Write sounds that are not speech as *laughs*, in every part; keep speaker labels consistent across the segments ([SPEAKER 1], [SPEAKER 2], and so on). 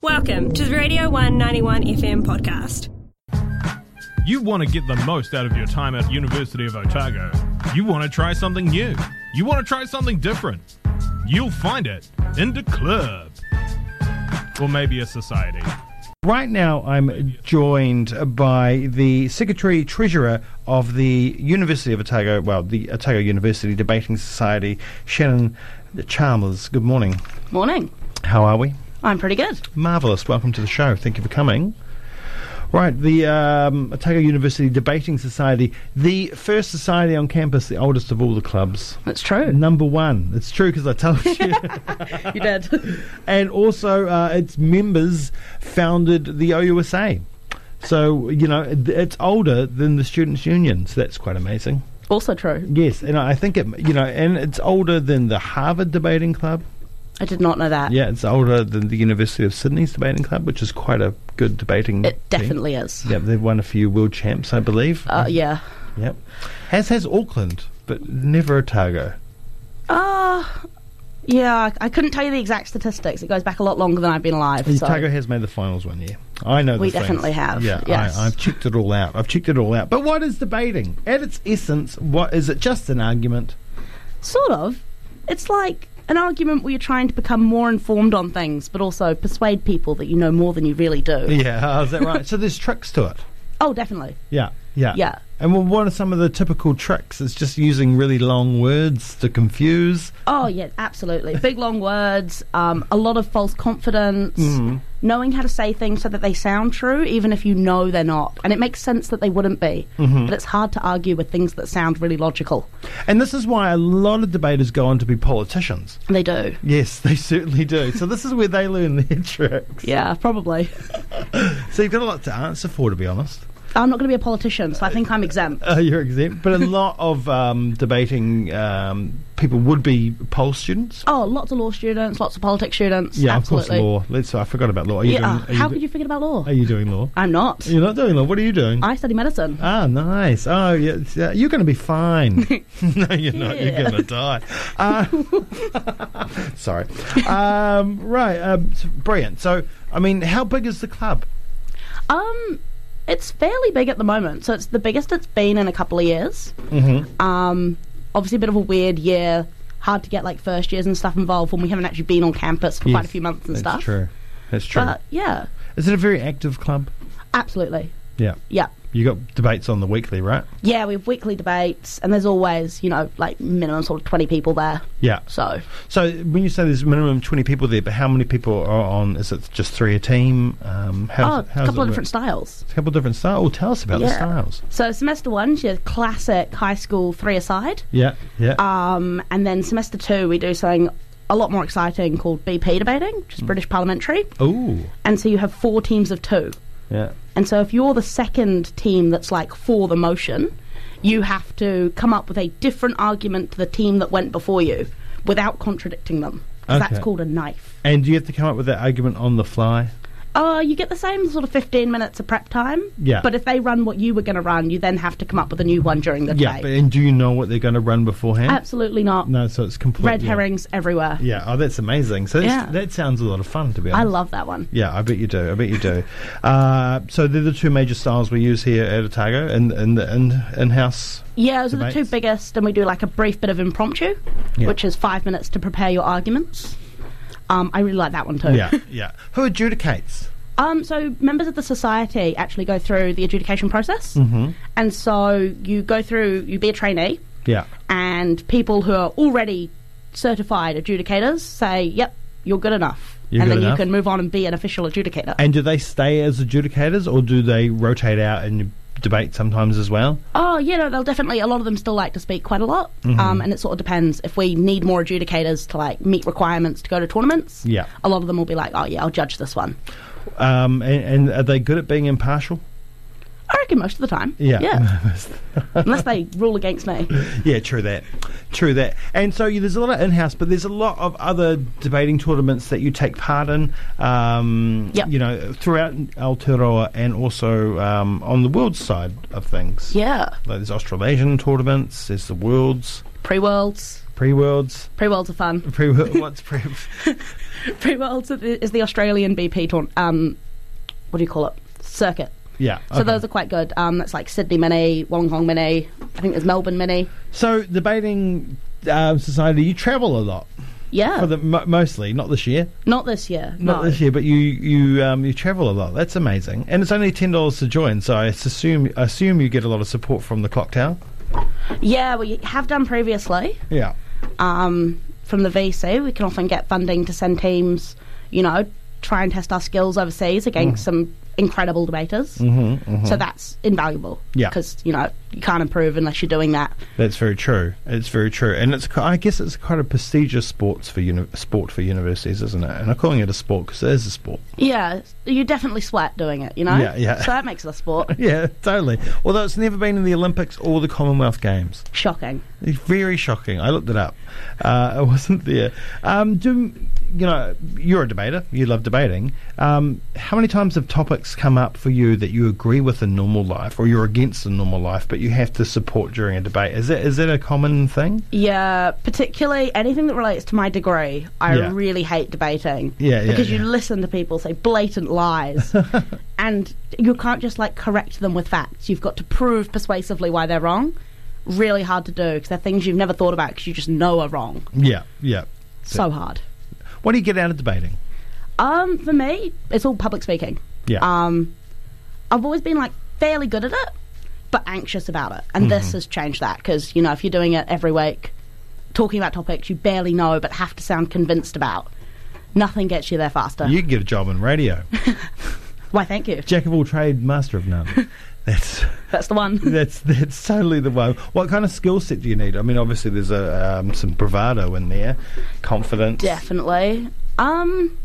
[SPEAKER 1] Welcome to the Radio 191 FM podcast.
[SPEAKER 2] You want to get the most out of your time at University of Otago. You want to try something new. You want to try something different. You'll find it in the club. Or maybe a society.
[SPEAKER 3] Right now, I'm joined by the Secretary Treasurer of the University of Otago, well, the Otago University Debating Society, Shannon Chalmers. Good morning.
[SPEAKER 4] Morning.
[SPEAKER 3] How are we?
[SPEAKER 4] I'm pretty good.
[SPEAKER 3] Marvellous. Welcome to the show. Thank you for coming. Right, the um, Otago University Debating Society, the first society on campus, the oldest of all the clubs.
[SPEAKER 4] That's true.
[SPEAKER 3] Number one. It's true because I told you.
[SPEAKER 4] You did.
[SPEAKER 3] and also uh, its members founded the OUSA. So you know it- it's older than the students' union, so that's quite amazing.
[SPEAKER 4] *laughs* also true.
[SPEAKER 3] Yes, and I think it you know, and it's older than the Harvard Debating Club.
[SPEAKER 4] I did not know that.
[SPEAKER 3] Yeah, it's older than the University of Sydney's Debating Club, which is quite a good debating.
[SPEAKER 4] It definitely is.
[SPEAKER 3] Team. Yeah, they've won a few world champs, I believe.
[SPEAKER 4] Uh, yeah.
[SPEAKER 3] yep, as has Auckland, but never Otago.
[SPEAKER 4] Uh, yeah, I- I couldn't tell you the exact statistics. It goes back a lot longer than I've been alive. So.
[SPEAKER 3] Otago has made the finals one year. I know.
[SPEAKER 4] We
[SPEAKER 3] the things.
[SPEAKER 4] definitely have,
[SPEAKER 3] Yeah,
[SPEAKER 4] yes.
[SPEAKER 3] I, I've checked it all out. I've checked it all out. But what is debating? At its essence, what is it? Just an argument.
[SPEAKER 4] Sort of. It's like an argument where you're trying to become more informed on things, but also persuade people that you know more than you really do.
[SPEAKER 3] Yeah, is that right? *laughs* so there's tricks to it.
[SPEAKER 4] Oh, definitely.
[SPEAKER 3] Yeah, yeah,
[SPEAKER 4] Yeah.
[SPEAKER 3] And well, what are some of the typical tricks? It's just using really long words to confuse.
[SPEAKER 4] Oh, yeah, absolutely. Big long words, um, a lot of false confidence,
[SPEAKER 3] Mm-hmm.
[SPEAKER 4] knowing how to say things so that they sound true, even if you know they're not. And it makes sense that they wouldn't be.
[SPEAKER 3] Mm-hmm.
[SPEAKER 4] But it's hard to argue with things that sound really logical.
[SPEAKER 3] And this is why a lot of debaters go on to be politicians.
[SPEAKER 4] And they do.
[SPEAKER 3] Yes, *laughs* they certainly do. so this is where they learn their tricks.
[SPEAKER 4] Yeah, probably. *laughs*
[SPEAKER 3] So you've got a lot to answer for, to be honest.
[SPEAKER 4] I'm not going to be a politician, so I think I'm exempt.
[SPEAKER 3] *laughs* Uh, you're exempt, but a lot of um, debating um, people would be poll students.
[SPEAKER 4] Oh, lots of law students, lots of politics students.
[SPEAKER 3] yeah,
[SPEAKER 4] absolutely.
[SPEAKER 3] of course, law. Let's. I forgot about law. Are you
[SPEAKER 4] Yeah, uh,
[SPEAKER 3] doing? Are
[SPEAKER 4] how
[SPEAKER 3] you,
[SPEAKER 4] could you forget about law?
[SPEAKER 3] Are you doing law?
[SPEAKER 4] I'm not.
[SPEAKER 3] You're not doing law. What are you doing?
[SPEAKER 4] I study medicine.
[SPEAKER 3] Ah, nice. Oh, yeah, it's, uh, you're going to be
[SPEAKER 4] *laughs*
[SPEAKER 3] fine. *laughs* no, you're not. You're
[SPEAKER 4] Yeah.
[SPEAKER 3] going to die. Uh, *laughs* sorry. Um, right. Um, s- brilliant. So, I mean, how big is the club?
[SPEAKER 4] Um, it's fairly big at the moment, so it's the biggest it's been in a couple of years. Mm-hmm. Um, obviously a bit of a weird year, hard to get like first years and stuff involved when we haven't actually been on campus for quite a
[SPEAKER 3] Yes,
[SPEAKER 4] few months and
[SPEAKER 3] That's
[SPEAKER 4] stuff.
[SPEAKER 3] true. That's true.
[SPEAKER 4] But yeah,
[SPEAKER 3] is it a very active club?
[SPEAKER 4] absolutely,
[SPEAKER 3] Yeah.
[SPEAKER 4] yeah.
[SPEAKER 3] You got debates on the weekly, right?
[SPEAKER 4] Yeah, we have weekly debates, and there's always, you know, like minimum sort of 20 people there.
[SPEAKER 3] Yeah.
[SPEAKER 4] So,
[SPEAKER 3] So when you say there's minimum twenty people there, but how many people are on? Is it just three a team? Um,
[SPEAKER 4] oh,
[SPEAKER 3] how's,
[SPEAKER 4] a
[SPEAKER 3] how's it
[SPEAKER 4] couple of
[SPEAKER 3] work?
[SPEAKER 4] different styles.
[SPEAKER 3] A couple of different styles. Oh, tell us about the
[SPEAKER 4] Yeah.
[SPEAKER 3] styles.
[SPEAKER 4] So, semester one, she has classic high school three aside.
[SPEAKER 3] Yeah, yeah.
[SPEAKER 4] Um, and then semester two, we do something a lot more exciting called BP debating, which is
[SPEAKER 3] Mm.
[SPEAKER 4] British Parliamentary.
[SPEAKER 3] oh,
[SPEAKER 4] And so you have four teams of two.
[SPEAKER 3] yeah.
[SPEAKER 4] And so if you're the second team that's like for the motion, you have to come up with a different argument to the team that went before you without contradicting them. 'Cause
[SPEAKER 3] Okay.
[SPEAKER 4] That's called a knife.
[SPEAKER 3] And do you have to come up with that argument on the fly?
[SPEAKER 4] Uh, you get the same sort of 15 minutes of prep time.
[SPEAKER 3] Yeah.
[SPEAKER 4] But if they run what you were going to run, you then have to come up with a new one during the
[SPEAKER 3] Yeah,
[SPEAKER 4] day.
[SPEAKER 3] but and do you know what they're going to run beforehand?
[SPEAKER 4] Absolutely not.
[SPEAKER 3] No, so it's complete
[SPEAKER 4] Red
[SPEAKER 3] yeah.
[SPEAKER 4] herrings everywhere.
[SPEAKER 3] Yeah. Oh, that's amazing. So that's,
[SPEAKER 4] Yeah.
[SPEAKER 3] that sounds a lot of fun, to be honest.
[SPEAKER 4] I love that one.
[SPEAKER 3] Yeah, I bet you do. I bet you do. *laughs* uh, so they're the two major styles we use here at Otago, and in, in the in,
[SPEAKER 4] *laughs*
[SPEAKER 3] in-house.
[SPEAKER 4] Yeah, those are the two
[SPEAKER 3] Debates.
[SPEAKER 4] biggest, and we do like a brief bit of impromptu,
[SPEAKER 3] Yeah.
[SPEAKER 4] which is five minutes to prepare your arguments. Um, I really like that one too.
[SPEAKER 3] Yeah, yeah. Who adjudicates?
[SPEAKER 4] *laughs* Um, so members of the society actually go through the adjudication process, mm-hmm. and so you go through, you be a trainee,
[SPEAKER 3] Yeah.
[SPEAKER 4] and people who are already certified adjudicators say, "Yep, you're good enough,"
[SPEAKER 3] You're
[SPEAKER 4] and
[SPEAKER 3] good
[SPEAKER 4] then
[SPEAKER 3] enough.
[SPEAKER 4] you can move on and be an official adjudicator.
[SPEAKER 3] And do they stay as adjudicators or do they rotate out and debate sometimes as well?
[SPEAKER 4] Oh, yeah, no, they'll definitely. A lot of them still like to speak quite a lot,
[SPEAKER 3] Mm-hmm.
[SPEAKER 4] um, and it sort of depends if we need more adjudicators to like meet requirements to go to tournaments.
[SPEAKER 3] Yeah.
[SPEAKER 4] a lot of them will be like, "Oh, yeah, I'll judge this one."
[SPEAKER 3] Um, and, and are they good at being impartial?
[SPEAKER 4] I reckon most of the time.
[SPEAKER 3] Yeah. *laughs*
[SPEAKER 4] yeah, unless they rule against me.
[SPEAKER 3] yeah, true that. True that. And so yeah, there's a lot of in house, but there's a lot of other debating tournaments that you take part in, um,
[SPEAKER 4] Yep.
[SPEAKER 3] you know, throughout Aotearoa and also um, on the world side of things.
[SPEAKER 4] Yeah.
[SPEAKER 3] Like there's Australasian tournaments, there's the worlds.
[SPEAKER 4] Pre worlds.
[SPEAKER 3] Pre worlds.
[SPEAKER 4] Pre worlds
[SPEAKER 3] *laughs*
[SPEAKER 4] are fun.
[SPEAKER 3] Pre what's pre?
[SPEAKER 4] Pre worlds is the Australian BP tour- um, what do you call it? Circuit.
[SPEAKER 3] Yeah.
[SPEAKER 4] So
[SPEAKER 3] okay.
[SPEAKER 4] those are quite good. Um, that's like Sydney Mini, Wollongong Mini. I think there's Melbourne Mini.
[SPEAKER 3] So debating um, society. You travel a lot
[SPEAKER 4] Yeah.
[SPEAKER 3] for the mo mostly, not this year,
[SPEAKER 4] Not this year.
[SPEAKER 3] not
[SPEAKER 4] no.
[SPEAKER 3] this year, but you you um, you travel a lot. That's amazing, and it's only ten dollars to join. So I assume I assume you get a lot of support from the clock tower.
[SPEAKER 4] Yeah, we have done previously
[SPEAKER 3] Yeah.
[SPEAKER 4] um, from the VC. We can often get funding to send teams, you know, try and test our skills overseas
[SPEAKER 3] Mm.
[SPEAKER 4] against some incredible debaters. Mm-hmm, So that's invaluable.
[SPEAKER 3] Yeah.
[SPEAKER 4] Because, you know, you can't improve unless you're doing that.
[SPEAKER 3] That's very true. It's very true, and it's. I guess it's quite a prestigious sports for uni- sport for universities, isn't it? And I'm calling it a sport because it is a sport.
[SPEAKER 4] Yeah, you definitely sweat doing it, you know?
[SPEAKER 3] Yeah, yeah.
[SPEAKER 4] So that makes it a sport.
[SPEAKER 3] *laughs* Yeah, totally. Although it's never been in the Olympics or the Commonwealth Games.
[SPEAKER 4] Shocking.
[SPEAKER 3] It's very shocking. I looked it up. Uh, it *laughs* wasn't there. Um, do you know? You're a debater. You love debating. Um, how many times have topics come up for you that you agree with in normal life, or you're against in normal life, but you have to support during a debate? Is that is that a common thing?
[SPEAKER 4] Yeah, particularly anything that relates to my degree. I
[SPEAKER 3] Yeah.
[SPEAKER 4] really hate debating.
[SPEAKER 3] Yeah, yeah,
[SPEAKER 4] Because
[SPEAKER 3] yeah.
[SPEAKER 4] you listen to people say
[SPEAKER 3] *laughs*
[SPEAKER 4] blatant lies, and you can't just like correct them with facts. You've got to prove persuasively why they're wrong. Really hard to do because they're things you've never thought about because you just know are wrong.
[SPEAKER 3] Yeah, yeah.
[SPEAKER 4] So hard.
[SPEAKER 3] What do you get out of debating?
[SPEAKER 4] Um, for me, it's all public speaking.
[SPEAKER 3] Yeah.
[SPEAKER 4] Um, I've always been like fairly good at it, but anxious about it, and
[SPEAKER 3] Mm-hmm.
[SPEAKER 4] this has changed that because you know if you're doing it every week, talking about topics you barely know but have to sound convinced about, nothing gets you there faster.
[SPEAKER 3] you can get a job in *laughs* radio.
[SPEAKER 4] Why, thank you.
[SPEAKER 3] Jack of all trade, master of *laughs* none. That's
[SPEAKER 4] That's the one.
[SPEAKER 3] that's that's totally the one. What kind of skill set do you need? I mean, obviously there's a um, some bravado in there, confidence.
[SPEAKER 4] Definitely. Um,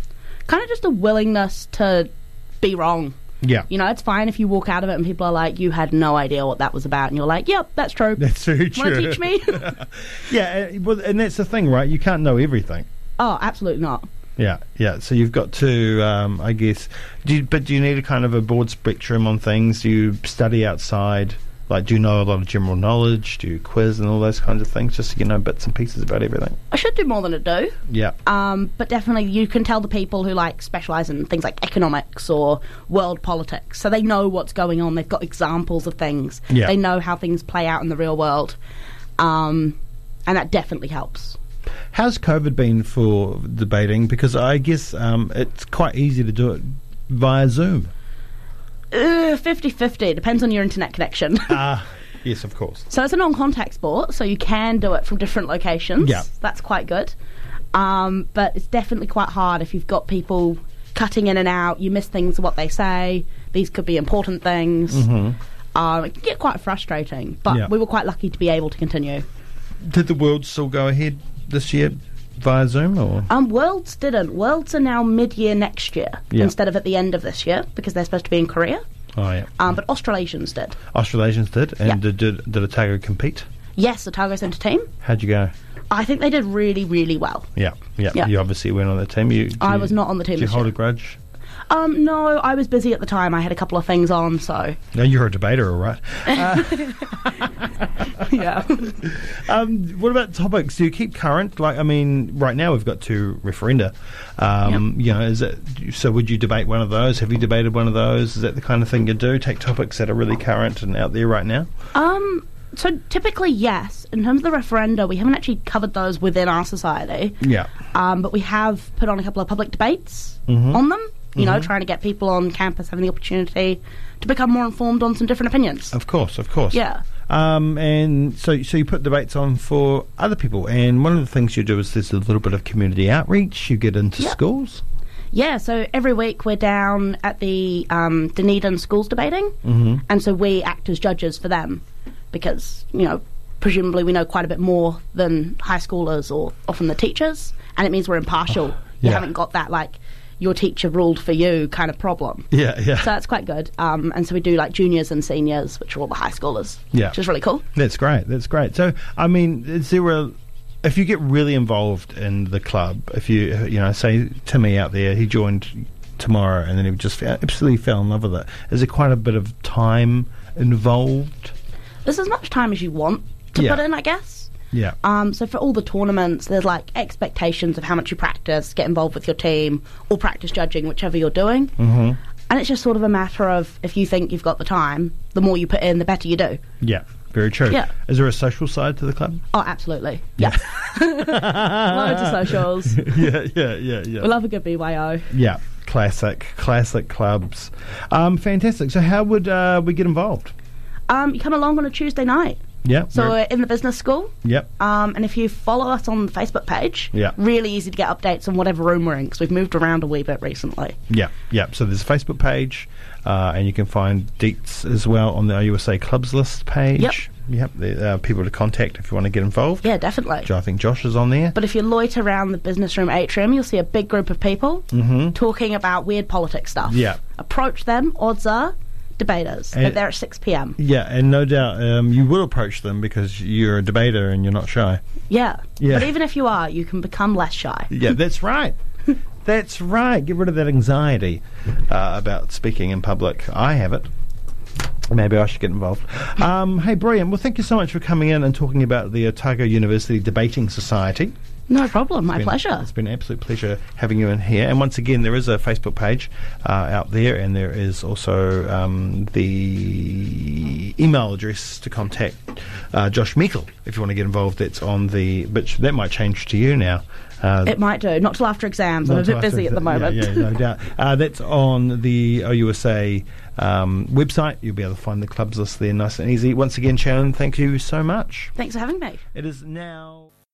[SPEAKER 4] kind of just a willingness to be wrong.
[SPEAKER 3] Yeah.
[SPEAKER 4] You know, it's fine if you walk out of it and people are like, "You had no idea what that was about," and you're like, "Yep, that's true."
[SPEAKER 3] *laughs* That's very true.
[SPEAKER 4] Want to teach me?
[SPEAKER 3] *laughs* yeah, uh, well, and that's the thing, right? You can't know everything.
[SPEAKER 4] oh, absolutely not.
[SPEAKER 3] Yeah, yeah. So you've got to, um, I guess. Do you, but do you need a kind of a broad spectrum on things? Do you study outside? Like, do you know a lot of general knowledge? Do you quiz and all those kinds of things? Just so you know bits and pieces about everything.
[SPEAKER 4] I should do more than I do.
[SPEAKER 3] Yeah.
[SPEAKER 4] Um, but definitely, you can tell the people who like specialize in things like economics or world politics, so they know what's going on. They've got examples of things.
[SPEAKER 3] Yeah.
[SPEAKER 4] They know how things play out in the real world, um, and that definitely helps.
[SPEAKER 3] How's COVID been for debating? Because I guess um, it's quite easy to do it via
[SPEAKER 4] *laughs*
[SPEAKER 3] Zoom.
[SPEAKER 4] 50-50 depends on your internet connection. *laughs*
[SPEAKER 3] Ah, yes, of course.
[SPEAKER 4] so it's a non-contact sport, so you can do it from different locations.
[SPEAKER 3] Yeah.
[SPEAKER 4] that's quite good. Um, but it's definitely quite hard if you've got people cutting in and out. You miss things of what they say. These could be important things. Um, it can get quite frustrating, but
[SPEAKER 3] Mm-hmm. Yeah.
[SPEAKER 4] we were quite lucky to be able to continue.
[SPEAKER 3] Did the world still go ahead this year via Zoom or?
[SPEAKER 4] Um, Worlds didn't. Worlds are now mid-year next year
[SPEAKER 3] Yeah.
[SPEAKER 4] instead of at the end of this year because they're supposed to be in Korea.
[SPEAKER 3] Oh yeah.
[SPEAKER 4] Um, but Australasians did.
[SPEAKER 3] Australasians did, and
[SPEAKER 4] Yeah.
[SPEAKER 3] did, did did Otago compete?
[SPEAKER 4] Yes, the Targo Centre team.
[SPEAKER 3] How'd you go?
[SPEAKER 4] I think they did really, really well.
[SPEAKER 3] Yeah, yeah.
[SPEAKER 4] Yeah.
[SPEAKER 3] You obviously weren't on the team. You,
[SPEAKER 4] I
[SPEAKER 3] you-
[SPEAKER 4] was not on the team
[SPEAKER 3] Do you
[SPEAKER 4] this
[SPEAKER 3] hold
[SPEAKER 4] year.
[SPEAKER 3] a grudge?
[SPEAKER 4] Um, no, I was busy at the time. I had a couple of things on, so *laughs*
[SPEAKER 3] No, you're a debater, all right.
[SPEAKER 4] yeah.
[SPEAKER 3] Um, what about topics? Do you keep current? Like, I mean, right now we've got two referenda. Um, You know, is it? So, would you debate one of those? Have you debated one of those? Is that the kind of thing you do? Take topics that are really current and out there right now.
[SPEAKER 4] um, so typically, yes. In terms of the referenda, we haven't actually covered those within our society.
[SPEAKER 3] Yeah,
[SPEAKER 4] Um, but we have put on a couple of public debates on them. You know, trying to get people on campus having the opportunity to become more informed on some different opinions.
[SPEAKER 3] of course, of course.
[SPEAKER 4] Yeah.
[SPEAKER 3] Um, and so, so you put debates on for other people. And one of the things you do is there's a little bit of community outreach. You get into
[SPEAKER 4] Yep.
[SPEAKER 3] schools.
[SPEAKER 4] Yeah, so every week we're down at the um, Dunedin schools debating,
[SPEAKER 3] Mm-hmm.
[SPEAKER 4] mm and so we act as judges for them because, you know, presumably we know quite a bit more than high schoolers or often the teachers, and it means we're impartial.
[SPEAKER 3] Oh, yeah.
[SPEAKER 4] You haven't got that, like, your teacher ruled for you kind of problem.
[SPEAKER 3] *laughs* Yeah, yeah.
[SPEAKER 4] So that's quite good. Um, and so we do like juniors and seniors, which are all the high schoolers,
[SPEAKER 3] Yeah.
[SPEAKER 4] which is really cool.
[SPEAKER 3] That's great. That's great. So, I mean, is there a if you get really involved in the club, if you you know, say Timmy out there, he joined tomorrow and then he just fa- absolutely fell in love with it. Is there quite a bit of time involved?
[SPEAKER 4] There's as much time as you want to
[SPEAKER 3] Yeah.
[SPEAKER 4] put in, I guess.
[SPEAKER 3] Yeah.
[SPEAKER 4] Um, so for all the tournaments, there's like expectations of how much you practice, get involved with your team, or practice judging, whichever you're doing. Mm-hmm. And it's just sort of a matter of if you think you've got the time, the more you put in, the better you do.
[SPEAKER 3] Yeah, very true.
[SPEAKER 4] Yeah.
[SPEAKER 3] Is there a social side to the club?
[SPEAKER 4] Oh, absolutely. Yeah. *laughs* Loads of socials.
[SPEAKER 3] *laughs* yeah, yeah, yeah, yeah.
[SPEAKER 4] We love a good BYO.
[SPEAKER 3] yeah, classic, classic clubs. Um, fantastic. So, how would uh, we get involved?
[SPEAKER 4] Um, you come along on a Tuesday night.
[SPEAKER 3] Yeah.
[SPEAKER 4] So
[SPEAKER 3] we're-
[SPEAKER 4] we're in the business school.
[SPEAKER 3] yep.
[SPEAKER 4] Um, and if you follow us on the Facebook page,
[SPEAKER 3] Yeah.
[SPEAKER 4] really easy to get updates on whatever room we're in because we've moved around a wee bit recently.
[SPEAKER 3] Yeah, yeah. So there's a Facebook page, uh, and you can find deets as well on the OUSA Clubs List page.
[SPEAKER 4] Yep.
[SPEAKER 3] Yep. There are people to contact if you want to get involved.
[SPEAKER 4] Yeah, definitely.
[SPEAKER 3] Jo- I think Josh is on there.
[SPEAKER 4] But if you loiter around the business room atrium, you'll see a big group of people talking about weird politics stuff.
[SPEAKER 3] Mm-hmm. Yeah.
[SPEAKER 4] Approach them, odds are, debaters.
[SPEAKER 3] And-
[SPEAKER 4] They're there at 6 p.m.
[SPEAKER 3] yeah, and no doubt um, you will approach them because you're a debater and you're not shy.
[SPEAKER 4] Yeah.
[SPEAKER 3] Yeah.
[SPEAKER 4] But even if you are, you can become less shy.
[SPEAKER 3] Yeah, that's
[SPEAKER 4] *laughs*
[SPEAKER 3] right. That's right. Get rid of that anxiety uh, about speaking in public. I have it. Maybe I should get involved. Um, hey, Brian, well, thank you so much for coming in and talking about the Otago University Debating Society.
[SPEAKER 4] No problem. My
[SPEAKER 3] been-
[SPEAKER 4] pleasure.
[SPEAKER 3] It's been an absolute pleasure having you in here. And once again, there is a Facebook page uh, out there, and there is also um, the email address to contact uh, Josh Meikle if you want to get involved. That's on the, but that might change to you now. Uh,
[SPEAKER 4] It might do. Not till after exams. I'm a
[SPEAKER 3] not
[SPEAKER 4] bit
[SPEAKER 3] to us,
[SPEAKER 4] busy
[SPEAKER 3] is
[SPEAKER 4] at the
[SPEAKER 3] it? Yeah,
[SPEAKER 4] moment.
[SPEAKER 3] Yeah, no doubt. Uh, that's on the OUSA um, website. You'll be able to find the clubs list there nice and easy. Once again, Sharon, thank you so much.
[SPEAKER 4] *laughs* Thanks for having me.
[SPEAKER 3] It is now.